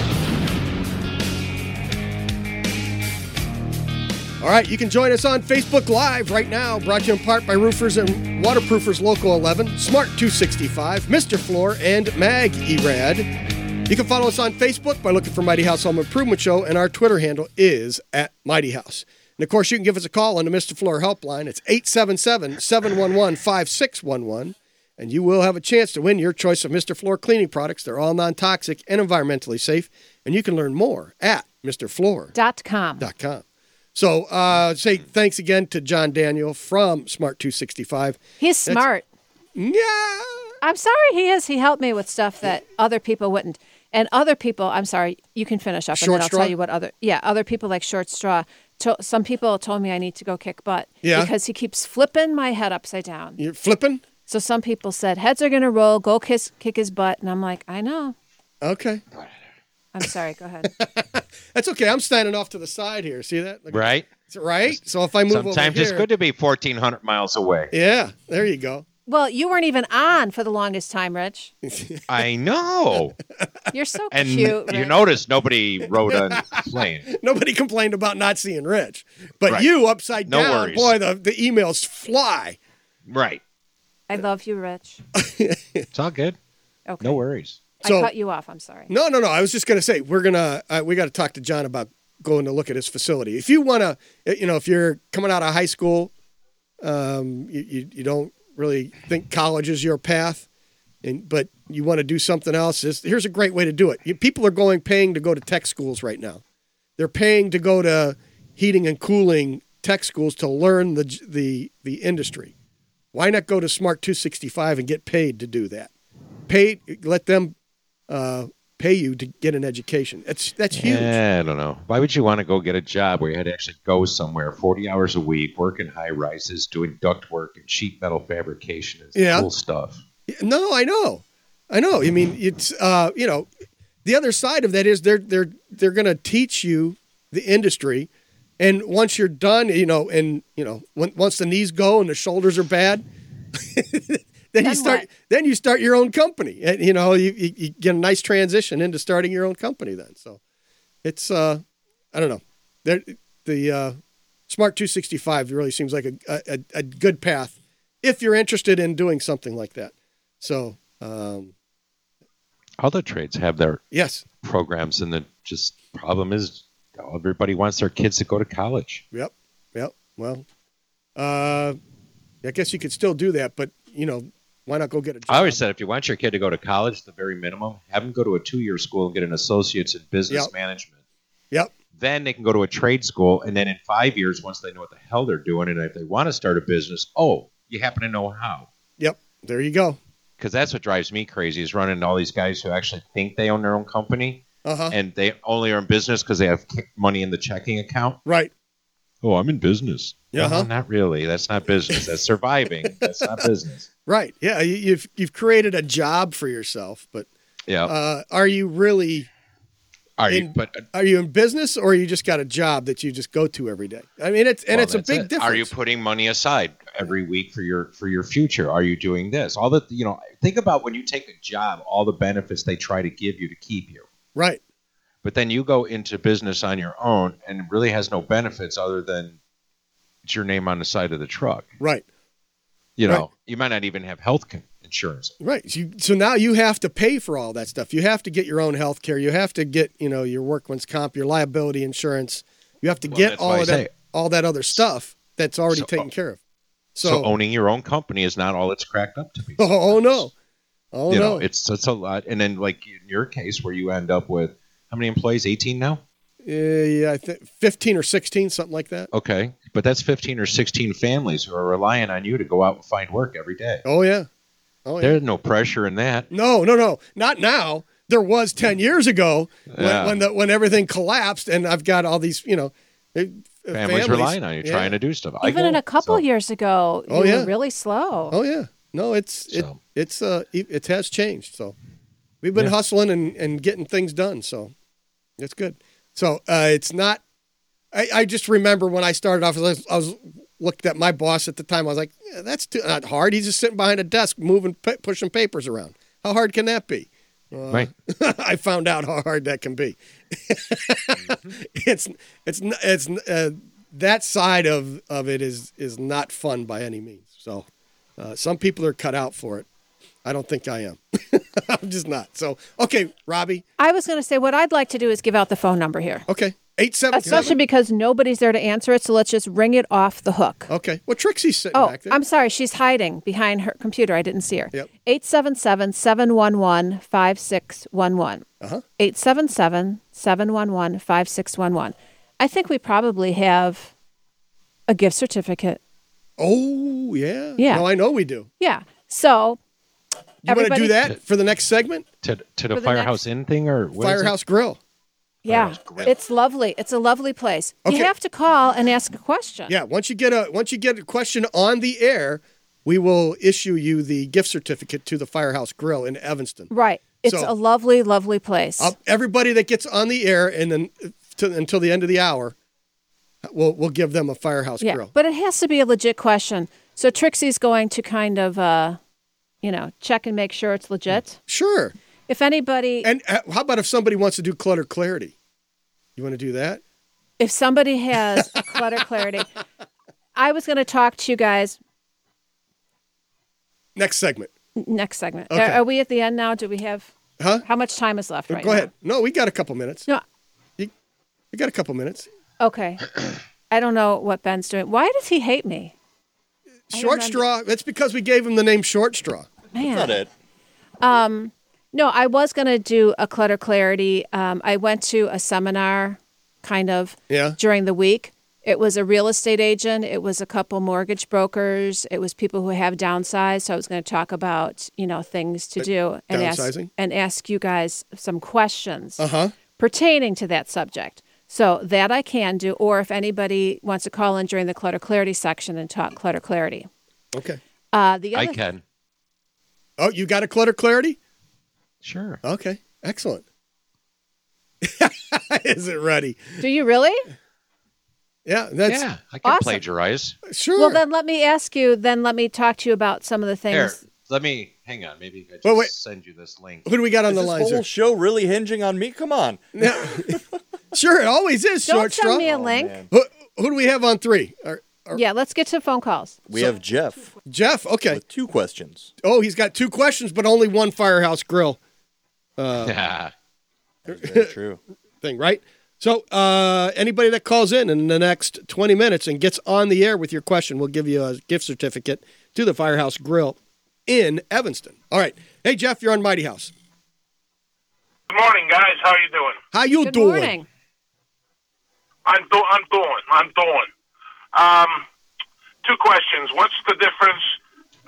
S1: All right, you can join us on Facebook Live right now, brought to you in part by Roofers and Waterproofers Local 11, Smart 265, Mr. Floor, and Mag Erad. You can follow us on Facebook by looking for Mighty House Home Improvement Show, and our Twitter handle is at Mighty House. And of course, you can give us a call on the Mr. Floor helpline. It's 877 711 5611, and you will have a chance to win your choice of Mr. Floor cleaning products. They're all non toxic and environmentally safe, and you can learn more at Mr. Floor
S2: Dot com.
S1: com. So uh, say
S3: Mm-hmm.
S1: thanks again to John Daniel from Smart 265.
S2: He's smart.
S1: Yeah.
S2: I'm sorry he is. He helped me with stuff that other people wouldn't. And other people, I'm sorry, you can finish up
S1: Short
S2: and then I'll
S1: straw?
S2: tell you what other yeah, other people like short straw. To, some people told me I need to go kick butt
S1: Yeah.
S2: because he keeps flipping my head upside down.
S1: You're flipping?
S2: So some people said heads are gonna roll. Go kiss, kick his butt, and I'm like, I know.
S1: Okay.
S2: I'm sorry. Go ahead.
S1: That's okay. I'm standing off to the side here. See that? Look-
S3: Right?
S1: Right? So if I move over
S3: Sometimes it's
S1: here-
S3: good to be 1,400 miles away.
S1: Yeah, there you go.
S2: well, you weren't even on for the longest time, Rich.
S3: I know.
S2: You're so
S3: And
S2: cute.
S3: you
S2: Rich.
S3: notice nobody rode on plane.
S1: Nobody complained about not seeing Rich, but
S3: Right.
S1: you upside
S3: No
S1: down,
S3: worries.
S1: boy, the, the emails fly.
S3: Right.
S2: I love you, Rich.
S3: It's all good.
S2: Okay.
S3: No worries.
S1: So-
S2: I cut you off. I'm sorry.
S1: No, no, no. I was just gonna say we're gonna uh, we got to talk to John about going to look at his facility. If you wanna, uh, you know, if you're coming out of high school, um, you, you you don't really think college is your path, and but you want to do something else. Is here's a great way to do it. You, people are going paying to go to tech schools right now. They're paying to go to heating and cooling tech schools to learn the j- the the industry. Why not go to Smart 265 and get paid to do that? Pay, let them uh, pay you to get an education. That's that's huge.
S3: Yeah, I don't know. Why would you want to go get a job where you had to actually go somewhere 40 hours a week, work in high rises, doing duct work and sheet metal fabrication and
S1: Yeah.
S3: cool stuff?
S1: No, I know, I know. I mean, it's uh, you know, the other side of that is they're they're they're going to teach you the industry, and once you're done, you know, and you know, when, once the knees go and the shoulders are bad, then, you
S2: Then
S1: start
S2: what?
S1: then you start your own company. And, you know, you, you, you get a nice transition into starting your own company. Then, so it's uh, I don't know, there, the uh, Smart 265 really seems like a, a a good path if you're interested in doing something like that. So um,
S3: Other trades have their
S1: yes,
S3: programs, and the just problem is everybody wants their kids to go to college.
S1: Yep. Yep. Well, uh, I guess you could still do that, but you know, why not go get a job?
S3: I always said if you want your kid to go to college, the very minimum, have them go to a two year school and get an associate's in business
S1: Yep.
S3: management.
S1: Yep.
S3: Then they can go to a trade school, and then in five years, once they know what the hell they're doing, and if they want to start a business, oh, you happen to know how.
S1: Yep. There you go.
S3: Because that's what drives me crazy is running into all these guys who actually think they own their own company,
S1: Uh huh.
S3: and they only are in business because they have ki- money in the checking account.
S1: Right.
S3: Oh, I'm in business.
S1: Yeah,
S3: No,
S1: huh?
S3: not really. That's not business. That's surviving. that's not business.
S1: Right. Yeah. You, you've you've created a job for yourself, but
S3: Yeah.
S1: uh, are you really?
S3: Are you?
S1: in-
S3: But
S1: Are you in business, or you just got a job that you just go to every day? I mean, it's and
S3: Well,
S1: it's a
S3: that's
S1: big
S3: it.
S1: difference.
S3: Are you putting money aside every week for your for your future? Are you doing this? All the you know, think about when you take a job, all the benefits they try to give you to keep you.
S1: right?
S3: But then you go into business on your own and it really has no benefits other than it's your name on the side of the truck.
S1: Right.
S3: You know,
S1: Right.
S3: you might not even have health con- insurance.
S1: Right. So, you, so now you have to pay for all that stuff. You have to get your own health care. You have to get, you know, your workman's comp, your liability insurance. You have to
S3: Well,
S1: get
S3: that's why
S1: all
S3: I
S1: of
S3: say-
S1: that, all that other stuff that's already
S3: So- oh.
S1: taken care of. So,
S3: So, owning your own company is not all it's cracked up to be.
S1: oh, oh no, oh
S3: you
S1: no,
S3: know, it's it's a lot. And then like in your case where you end up with how many employees? 18 now?
S1: yeah, yeah, I think fifteen or sixteen, something like that.
S3: Okay, but that's 15 or 16 families who are relying on you to go out and find work every day.
S1: Oh yeah, oh yeah.
S3: There's no pressure in that.
S1: No, no, no, not now. There was ten years ago when
S3: Yeah.
S1: when, the, when everything collapsed, and I've got all these, you know, eh,
S3: Families, relying on you,
S1: Yeah.
S3: trying to do stuff.
S2: Even in a couple
S3: so-
S2: years ago,
S1: Oh,
S2: you
S1: yeah.
S2: were really slow.
S1: Oh yeah, no, it's it,
S3: So.
S1: it's uh it, it has changed. So we've been hustling and and getting things done. So it's good. So uh, it's not. I, I just remember when I started off, I was, I was looked at my boss at the time. I was like, "Yeah, that's too not hard. He's just sitting behind a desk, moving p- pushing papers around. How hard can that be?
S3: right.
S1: I found out how hard that can be. it's it's n- it's n- uh, that side of of it is is not fun by any means. So uh, some people are cut out for it. I don't think I am. I'm just not. So okay, Robbie.
S2: I was going to say what I'd like to do is give out the phone number here,
S1: Okay, eight seven
S2: especially
S1: seven.
S2: because nobody's there to answer it. So let's just ring it off the hook.
S1: Okay, well Trixie's sitting
S2: Oh,
S1: back there.
S2: I'm sorry. She's hiding behind her computer. I didn't see her.
S1: Yep.
S2: 877 711 5611.
S1: Uh-huh.
S2: 877 711 5611. I think we probably have a gift certificate.
S1: oh yeah.
S2: Yeah.
S1: No, I know we do.
S2: Yeah. So,
S1: You want to do
S2: Everybody-
S1: that for the next segment?
S3: To, to the
S2: For the
S3: Firehouse Inn thing or what is it?
S1: Firehouse Grill.
S2: yeah, it's lovely. It's a lovely place.
S1: Okay.
S2: You have to call and ask a question.
S1: Yeah, once you get a once you get a question on the air, we will issue you the gift certificate to the Firehouse Grill in Evanston.
S2: Right. It's
S1: So-
S2: a lovely, lovely place.
S1: Uh, everybody that gets on the air and then to, until the end of the hour, we'll we'll give them a Firehouse
S2: yeah,
S1: Grill.
S2: but it has to be a legit question. So Trixie's going to kind of, uh, you know, check and make sure it's legit.
S1: Sure.
S2: If anybody,
S1: And uh, how about if somebody wants to do clutter clarity? You want to do that?
S2: if somebody has clutter clarity, I was going to talk to you guys
S1: Next segment.
S2: next segment.
S1: Okay.
S2: Are, are we at the end now? Do we have?
S1: Huh?
S2: How much time is left right
S1: Go
S2: now?
S1: ahead. No, we got a couple minutes.
S2: No.
S1: We got a couple minutes.
S2: Okay. I don't know what Ben's doing. Why does he hate me? don't
S1: Short
S2: under-
S1: straw. That's because we gave him the name Short Straw.
S2: Man.
S5: Not it.
S2: No, I was going to do a clutter clarity. Um, I went to a seminar kind of
S1: Yeah.
S2: during the week. It was a real estate agent, it was a couple mortgage brokers, it was people who have downsized. So I was going to talk about, you know, things to do and ask,
S1: Uh, downsizing?
S2: and ask you guys some questions
S1: Uh huh.
S2: pertaining to that subject. So that I can do, or if anybody wants to call in during the clutter clarity section and talk clutter clarity.
S1: Okay.
S2: Uh, the
S3: I
S2: other
S3: can.
S1: Oh, you got a clutter clarity?
S3: Sure.
S1: Okay. Excellent. Is it ready?
S2: Do you really?
S1: Yeah. That's
S3: yeah, I can
S2: awesome.
S3: plagiarize.
S1: sure.
S2: Well, then let me ask you. Then let me talk to you about some of the things.
S3: Here, let me hang on. Maybe I just
S1: Well, wait.
S3: send you this link.
S1: Who do we got on
S5: Is
S1: the
S5: this
S1: line?
S5: whole show really hinging on me? Come on.
S1: Sure, it always is
S2: Don't
S1: short
S2: send
S1: straw. Oh,
S2: me a link.
S5: man.
S1: Who, who do we have on three? Our-
S2: yeah, let's get to phone calls.
S5: We have Jeff
S1: Jeff. Okay.
S5: with two questions.
S1: Oh, he's got two questions, but only one Firehouse Grill
S5: That's very true.
S1: thing, right? So, uh, anybody that calls in in the next 20 minutes and gets on the air with your question, we'll give you a gift certificate to the Firehouse Grill in Evanston. All right. Hey, Jeff, you're on Mighty House.
S9: Good morning, guys. How you doing?
S1: How you
S2: Good
S1: doing?
S2: morning.
S9: I'm do- I'm doing. I'm doing. Um, two questions. What's the difference?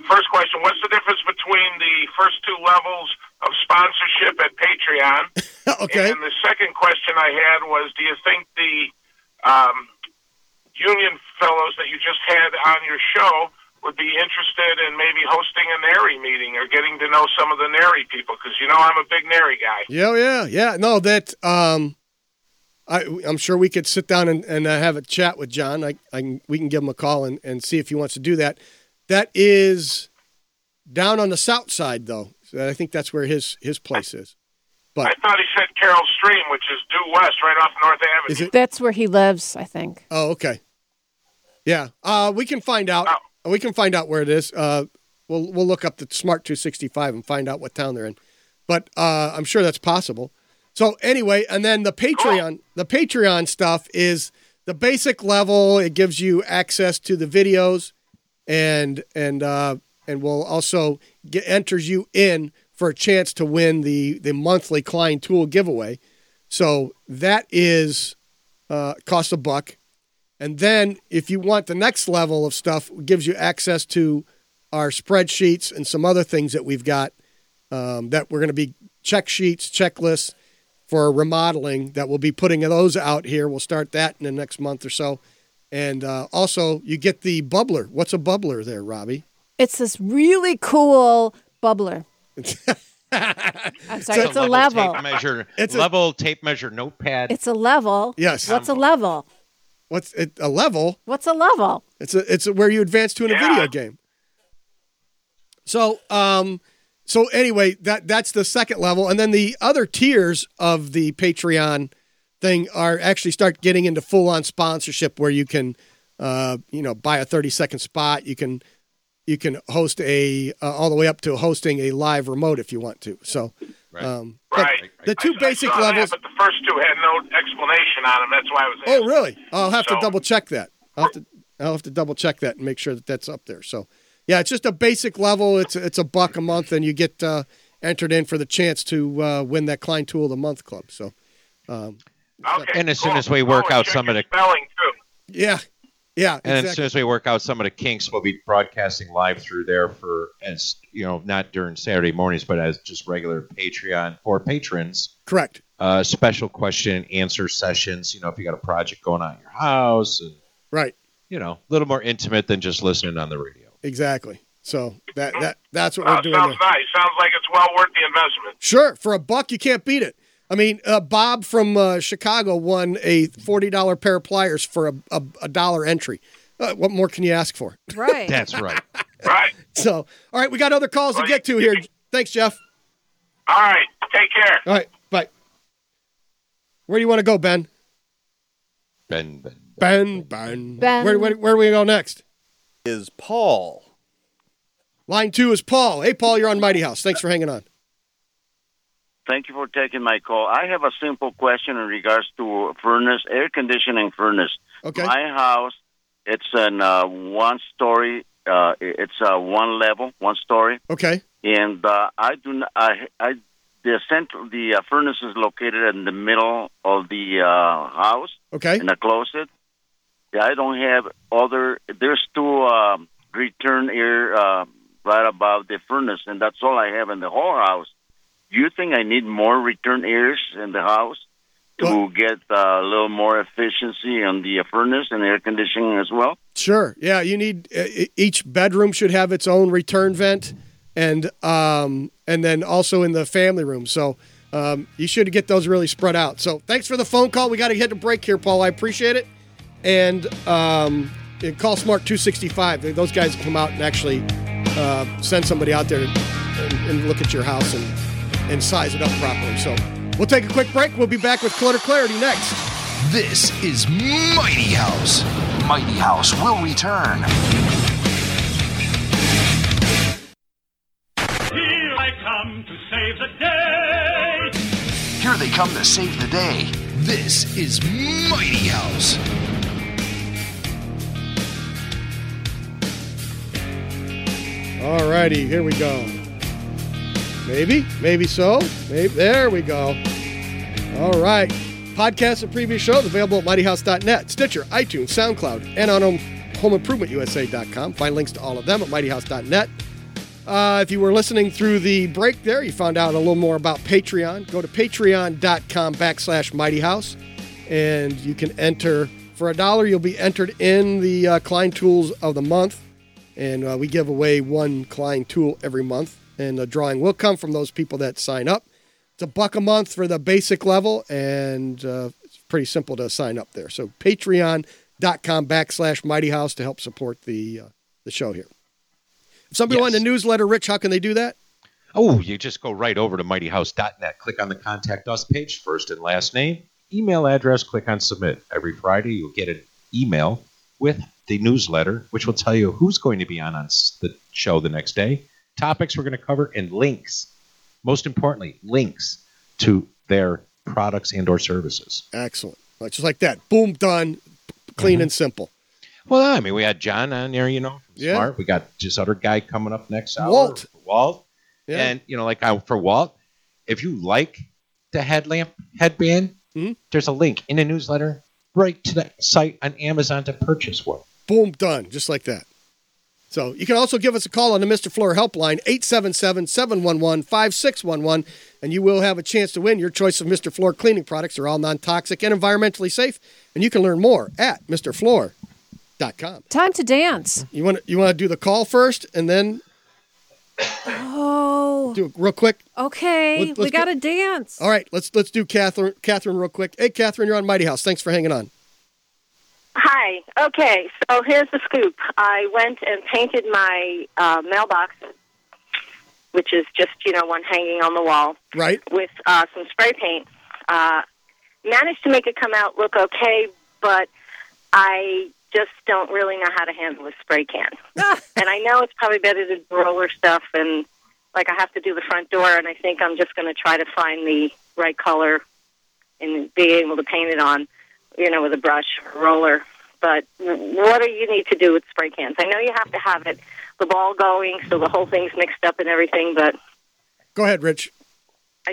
S9: First question: What's the difference between the first two levels of sponsorship at Patreon?
S1: okay.
S9: And the second question I had was: Do you think the um, union fellows that you just had on your show would be interested in maybe hosting a NARI meeting or getting to know some of the NARI people? Because you know I'm a big NARI guy.
S1: Yeah, yeah, yeah. No, that um, I I'm sure we could sit down and, and uh, have a chat with John. I, I can, we can give him a call and, and see if he wants to do that. That is down on the south side though. So I think that's where his his place is.
S9: I thought he said Carroll Stream, which is due west, right off North Avenue.
S1: Is it?
S2: That's where he lives, I think.
S1: Oh, okay. Yeah. Uh, we can find out. We can find out where it is. Uh, we'll we'll look up the Smart 265 and find out what town they're in. But uh, I'm sure that's possible. So anyway, and then the Patreon, the Patreon stuff is the basic level. It gives you access to the videos, and and uh, and will also get, enters you in for a chance to win the the monthly Klein tool giveaway. So that is uh, cost a buck. And then if you want the next level of stuff, it gives you access to our spreadsheets and some other things that we've got um, that we're going to be check sheets, checklists for remodeling that we'll be putting those out here. We'll start that in the next month or so. And uh, also, you get the bubbler. What's a bubbler there, Robbie?
S2: It's this really cool bubbler. I'm sorry, it's, a level.
S3: tape measure.
S1: It's a-
S3: level tape measure notepad.
S2: It's a level.
S1: Yes.
S2: What's a level?
S1: What's it, a level?
S2: What's a level?
S1: It's a, it's a, where you advance to in a
S9: Yeah.
S1: video game. So um so anyway, that that's the second level and then the other tiers of the Patreon thing are actually start getting into full on sponsorship where you can uh you know buy a 30 second spot, you can you can host a uh, all the way up to hosting a live remote if you want to. So um but
S9: Right.
S1: the two
S9: I- I
S1: basic
S9: saw that,
S1: levels
S9: but the first two had no explanation on them. That's why I was.
S1: Oh, really? I'll have to
S9: So-
S1: double check that. I'll have to I'll have to double check that and make sure that that's up there. So, yeah, it's just a basic level. It's it's a buck a month, and you get uh, entered in for the chance to uh, win that Klein Tool of the Month Club. So,
S9: asking. Okay,
S3: And as soon
S9: cool.
S3: as we work
S9: Oh,
S3: out
S9: check
S3: some of
S9: your
S3: the-
S9: spelling too.
S1: yeah, yeah,
S3: and as soon
S1: exactly.
S3: as we work out some of the kinks, we'll be broadcasting live through there for as you know, not during Saturday mornings, but as just regular Patreon for patrons.
S1: Correct.
S3: Uh, special question and answer sessions. You know, if you got a project going on at your house, and
S1: Right.
S3: you know, a little more intimate than just listening on the radio.
S1: Exactly. So that that that's what
S9: Wow,
S1: we're doing.
S9: Oh, sounds
S1: there.
S9: nice. Sounds like it's well worth the investment.
S1: Sure, for a buck, you can't beat it. I mean, uh, Bob from uh, Chicago won a forty dollar pair of pliers for a, a, a dollar entry. Uh, what more can you ask for?
S2: Right.
S6: That's right.
S9: right.
S1: So, all right, we got other calls to get to here. Thanks, Jeff.
S9: All right. Take care.
S1: All right, bye. Where do you want to go, Ben?
S3: Ben, Ben.
S1: Ben, Ben,
S5: Ben.
S1: Where, where, where do we go next?
S5: Is Paul.
S1: Line two is Paul. Hey, Paul, you're on Mighty House. Thanks for hanging on.
S10: Thank you for taking my call. I have a simple question in regards to furnace, air conditioning furnace.
S1: Okay.
S10: My house, it's an uh, one story. Uh, it's uh, one level, one story,
S1: Okay.
S10: and uh, I do not. I, I the central the uh, furnace is located in the middle of the uh, house.
S1: Okay.
S10: In a closet. Yeah, I don't have other. There's two um, return air uh, right above the furnace, and that's all I have in the whole house. Do you think I need more return airs in the house to get uh, a little more efficiency on the uh, furnace and air conditioning as well?
S1: Sure. Yeah, you need e- e- each bedroom should have its own return vent, and um, and then also in the family room. So um, you should get those really spread out. So thanks for the phone call. We got to hit a break here, Paul. I appreciate it, and um, and call Smart Two Sixty Five. Those guys come out and actually uh, send somebody out there and, and look at your house and and size it up properly. So we'll take a quick break. We'll be back with Clutter Clarity next.
S7: This is Mighty House. Mighty House will return.
S11: Here I come to save the day.
S7: Here they come to save the day. This is Mighty House.
S1: Alrighty, here we go. Maybe, maybe so. Maybe there we go. All right. Podcasts and previous shows available at mightyhouse.net, Stitcher, iTunes, SoundCloud, and on home, homeimprovementusa.com. Find links to all of them at mightyhouse.net. Uh, if you were listening through the break there, you found out a little more about Patreon. Go to patreon.com backslash mightyhouse, and you can enter. For a dollar, you'll be entered in the uh, Klein Tools of the Month and uh, we give away one Klein tool every month. And the drawing will come from those people that sign up. It's a buck a month for the basic level, and uh, it's pretty simple to sign up there. So Patreon.com backslash Mighty House to help support the uh, the show here. If somebody wanted a newsletter, Rich, how can they do that?
S3: Oh, you just go right over to mightyhouse.net, click on the contact us page, first and last name, email address, click on submit. Every Friday, you'll get an email with the newsletter, which will tell you who's going to be on on s- the show the next day, topics we're going to cover, and links. Most importantly, links to their products and or services.
S1: Excellent. Like- Just like that. Boom, done. Clean and simple.
S3: Well, I mean, we had John on there, you know, from
S1: Yeah.
S3: Smart. We got this other guy coming up next hour,
S1: Walt.
S3: Walt.
S1: Yeah.
S3: And you know, like I, for Walt, if you like the headlamp headband,
S1: Hmm?
S3: there's a link in the newsletter right to the site on Amazon to purchase one.
S1: Boom, done. Just like that. So you can also give us a call on the Mr. Floor helpline, 877 711 5611, and you will have a chance to win your choice of Mr. Floor cleaning products. They're all non toxic and environmentally safe, and you can learn more at MrFloor.com.
S2: Time to dance.
S1: You want to you want to do the call first and then
S2: Oh,
S1: do it real quick?
S2: okay.
S1: Let-
S2: we
S1: let's Oh.
S2: got to
S1: go-
S2: dance.
S1: All right, let's let's do Catherine Catherine real quick. Hey Catherine, you're on Mighty House. Thanks for hanging on.
S12: Hi. Okay, so here's the scoop. I went and painted my uh, mailbox, which is just, you know, one hanging on the wall,
S1: Right?
S12: with uh, some spray paint. Uh, managed to make it come out look okay, but I just don't really know how to handle a spray can. and I know it's probably better to roller stuff, and like I have to do the front door, and I think I'm just going to try to find the right color and be able to paint it on, you know, with a brush or roller. But w- what do you need to do with spray cans? I know you have to have it, the ball going, so the whole thing's mixed up and everything, but
S1: Go ahead, Rich.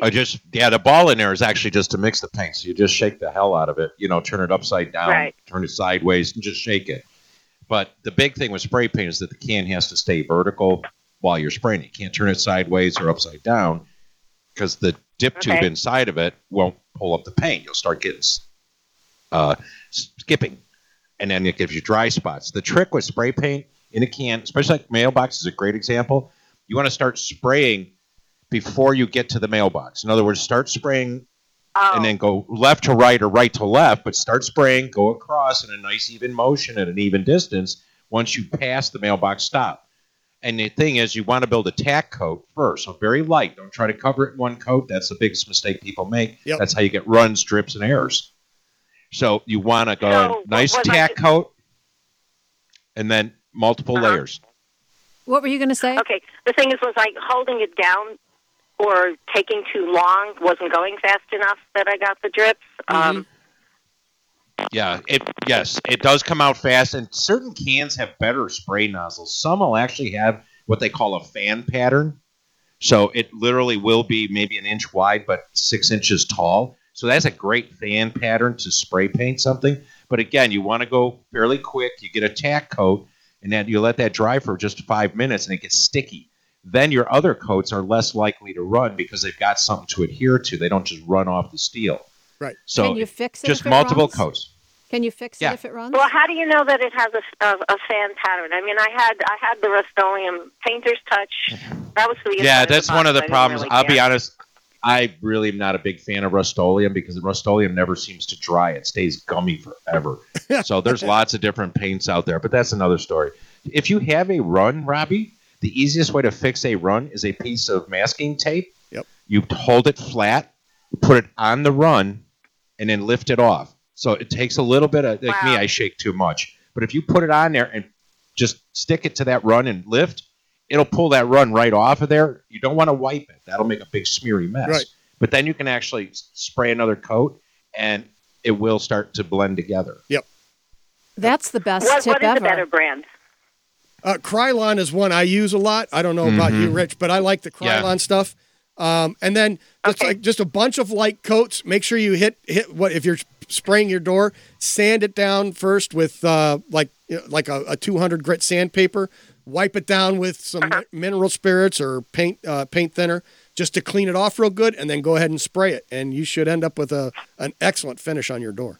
S3: I just yeah, the ball in there is actually just to mix the paint. So you just shake the hell out of it. You know, turn it upside down,
S12: Right.
S3: turn it sideways, and just shake it. But the big thing with spray paint is that the can has to stay vertical while you're spraying. it. You can't turn it sideways or upside down because the dip tube
S12: Okay.
S3: inside of it won't pull up the paint. You'll start getting s- uh, s- skipping, and then it gives you dry spots. The trick with spray paint in a can, especially like mailbox is a great example. You want to start spraying before you get to the mailbox. In other words, start spraying
S2: Oh.
S3: and then go left to right or right to left, but start spraying, go across in a nice even motion at an even distance once you pass the mailbox stop. And the thing is, you want to build a tack coat first, so very light. Don't try to cover it in one coat. That's the biggest mistake people make.
S1: Yep.
S3: That's how you get runs, drips, and errors. So you want to go
S2: So,
S3: nice
S2: what was I Uh-huh.
S3: tack coat, and then multiple layers.
S2: What were you going to say?
S12: Okay. The thing is, was like holding it down or taking too long, wasn't going fast enough that I got the drips.
S1: Mm-hmm.
S12: Um,
S3: Yeah, it yes, it does come out fast, and certain cans have better spray nozzles. Some will actually have what they call a fan pattern, so it literally will be maybe an inch wide but six inches tall. So that's a great fan pattern to spray paint something. But again, you want to go fairly quick. You get a tack coat, and then you let that dry for just five minutes, and it gets sticky. Then your other coats are less likely to run because they've got something to adhere to. They don't just run off the steel.
S1: Right.
S3: So
S2: Can you fix it
S3: Just
S2: if it
S3: multiple
S2: runs?
S3: coats.
S2: Can you fix
S3: Yeah.
S2: it if it runs?
S12: Well, how do you know that it has a, a, a fan pattern? I mean, I had I had the Rust-Oleum Painter's Touch. That was who. you
S3: yeah,
S12: had in
S3: that's
S12: box,
S3: one of
S12: I
S3: the
S12: didn't
S3: problems.
S12: really
S3: I'll be
S12: care.
S3: honest. I really am not a big fan of Rust-Oleum because Rust-Oleum never seems to dry. It stays gummy forever. so there's lots of different paints out there, but that's another story. If you have a run, Robbie, the easiest way to fix a run is a piece of masking tape.
S1: Yep.
S3: You hold it flat, put it on the run, and then lift it off. So it takes a little bit of like me, I shake too much. But if you put it on there and just stick it to that run and lift, it'll pull that run right off of there. You don't want to wipe it. That'll make a big smeary mess.
S1: Right.
S3: But then you can actually s- spray another coat and it will start to blend together.
S2: That's the best
S12: What, what
S2: tip
S12: is
S2: ever.
S12: a better brand?
S1: Uh, Krylon is one I use a lot. I don't know about you,
S12: Mm-hmm.
S3: Mhm.
S1: Rich, but I like the
S3: Yeah.
S1: Krylon stuff. Um, and then just like just a bunch of light coats. Make sure you hit hit what if you're spraying your door, sand it down first with uh, like you know, like a, a 200 grit sandpaper. Wipe it down with some
S12: Uh-huh.
S1: mi- mineral spirits or paint uh, paint thinner just to clean it off real good, and then go ahead and spray it, and you should end up with a an excellent finish on your door.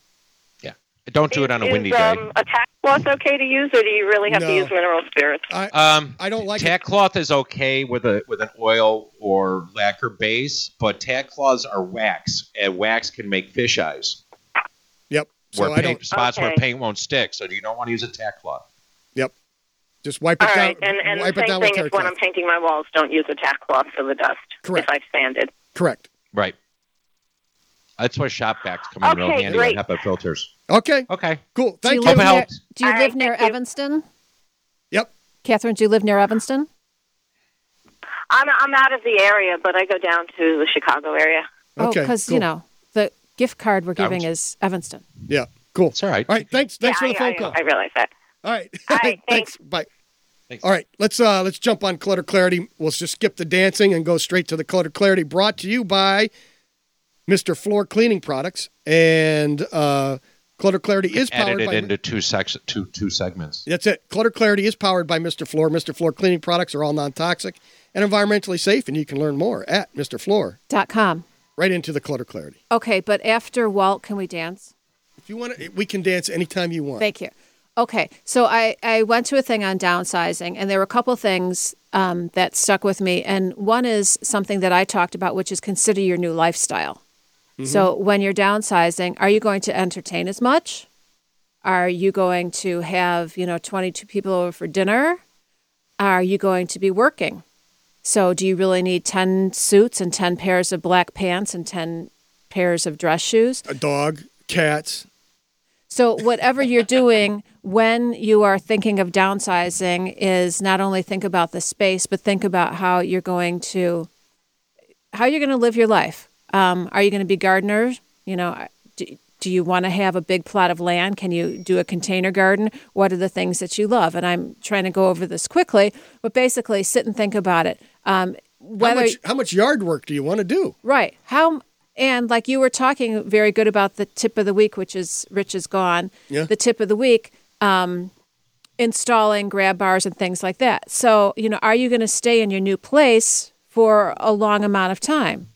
S3: Don't do it on a
S12: is
S3: windy
S12: um, a tack cloth okay to use, or do you really have
S1: No.
S12: to use mineral spirits?
S1: I,
S3: day. Um,
S1: I don't like it.
S3: tack cloth is okay with a with an oil or lacquer base, but tack cloths are wax, and wax can make fish eyes
S1: Yep.
S3: where
S1: So I
S3: paint,
S1: don't
S3: spots where
S12: Okay.
S3: paint won't stick. So you don't want to use a tack cloth.
S1: just wipe it
S12: All
S1: down.
S12: right, and, and
S1: wipe
S12: the
S1: it
S12: same
S1: down
S12: thing
S1: with terry
S12: is when
S1: cloth.
S12: I'm painting my walls, don't use a tack cloth for the dust
S1: Correct.
S12: if I've sanded.
S1: Correct.
S3: Right. That's where shop backs come in real
S12: Okay,
S3: handy
S12: great.
S3: on HEPA filters.
S1: Okay.
S3: Okay.
S1: Cool.
S2: do you
S1: Thank you.
S2: live
S3: Hope it
S2: near,
S3: helped.
S2: do you
S12: All
S2: live
S12: right,
S2: near
S12: thank you.
S2: Evanston?
S1: Yep.
S2: Catherine, do you live near Evanston?
S12: I'm I'm out of the area, but I go down to the Chicago area.
S1: Okay,
S2: oh, because
S1: cool.
S2: you know the gift card we're giving is Evanston.
S1: Yeah. Cool.
S3: It's all right.
S1: All right. Thanks. Thanks
S12: Yeah,
S1: for the
S12: I-
S1: phone call.
S12: I, I realize that.
S1: All right.
S12: All right, thanks.
S1: thanks. Bye.
S3: Thanks.
S1: All right, let's uh let's jump on clutter clarity. We'll just skip the dancing and go straight to the clutter clarity brought to you by Mr. Floor Cleaning Products and uh Clutter Clarity is powered
S3: Edited
S1: by
S3: into two sex two two segments.
S1: That's it. Clutter Clarity is powered by Mr. Floor. Mr. Floor cleaning products are all non-toxic and environmentally safe and you can learn more at Mr. Floor
S2: Dot com.
S1: right into the clutter clarity.
S2: Okay, but after Walt, can we dance?
S1: If you want to we can dance anytime you want.
S2: Thank you. Okay, so I, I went to a thing on downsizing, and there were a couple things um, that stuck with me. And one is something that I talked about, which is consider your new lifestyle. So when you're downsizing, are you going to entertain as much? Are you going to have, you know, 22 people over for dinner? Are you going to be working? So do you really need 10 suits and 10 pairs of black pants and 10 pairs of dress shoes?
S1: A dog, cats,
S2: So whatever you're doing when you are thinking of downsizing is not only think about the space, but think about how you're going to how you're going to live your life. Um, are you going to be gardeners? You know, do, do you want to have a big plot of land? Can you do a container garden? What are the things that you love? And I'm trying to go over this quickly, but basically sit and think about it. Um,
S1: how
S2: whether
S1: much, how much yard work do you want to do?
S2: Right. How and like you were talking very good about the tip of the week, which is Rich is gone.
S1: Yeah.
S2: The tip of the week, um, installing grab bars and things like that. So you know, are you going to stay in your new place for a long amount of time?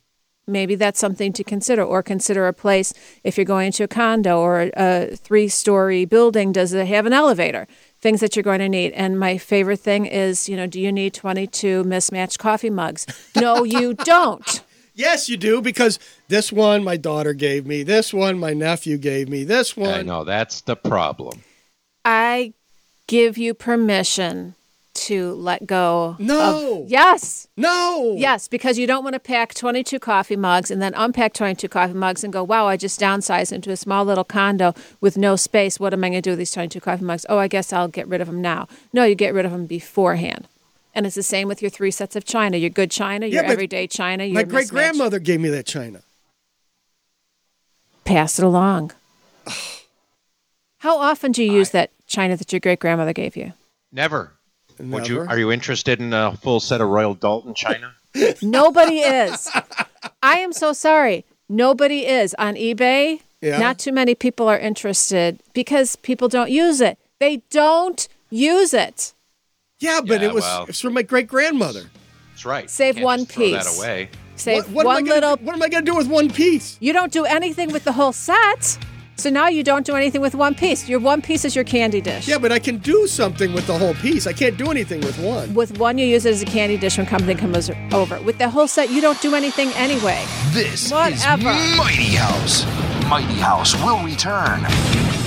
S2: Maybe that's something to consider, or consider a place if you're going to a condo or a three story building. Does it have an elevator? things that you're going to need. And my favorite thing is, you know, do you need 22 mismatched coffee mugs? No, you don't.
S1: Yes, you do because this one my daughter gave me, this one my nephew gave me, this one.
S6: I know that's the problem.
S2: I give you permission to let go.
S1: No.
S2: of- yes.
S1: No.
S2: Yes, because you don't want to pack 22 coffee mugs and then unpack 22 coffee mugs and go, wow, I just downsized into a small little condo with no space. What am I going to do with these 22 coffee mugs? Oh, I guess I'll get rid of them now. No, you get rid of them beforehand. And it's the same with your three sets of china your good china, your
S1: Yeah, my-
S2: everyday china, your
S1: My great
S2: mismatched-
S1: grandmother gave me that china.
S2: Pass it along. How often do you use that china that your great grandmother gave you?
S6: Never. Would you?
S2: Never?
S6: Are you interested in a full set of Royal Dalton china?
S2: Nobody is. I am so sorry. Nobody is on eBay.
S6: Yeah.
S2: Not too many people are interested because people don't use it. They don't use it.
S1: Yeah, but
S6: Yeah,
S1: it was
S6: well.
S1: it's from my great grandmother.
S6: That's right.
S2: Save
S6: Can't
S2: one
S6: just throw that
S2: piece.
S6: away.
S2: Save
S1: What- what am I
S2: one
S1: gonna
S2: little.
S1: what am I going to do with one piece?
S2: You don't do anything with the whole set. So now you don't do anything with one piece. Your one piece is your candy dish.
S1: Yeah, but I can do something with the whole piece. I can't do anything with one.
S2: With one, you use it as a candy dish when company comes over. With the whole set, you don't do anything anyway.
S7: This
S2: Whatever.
S7: is Mighty House. Mighty House will return.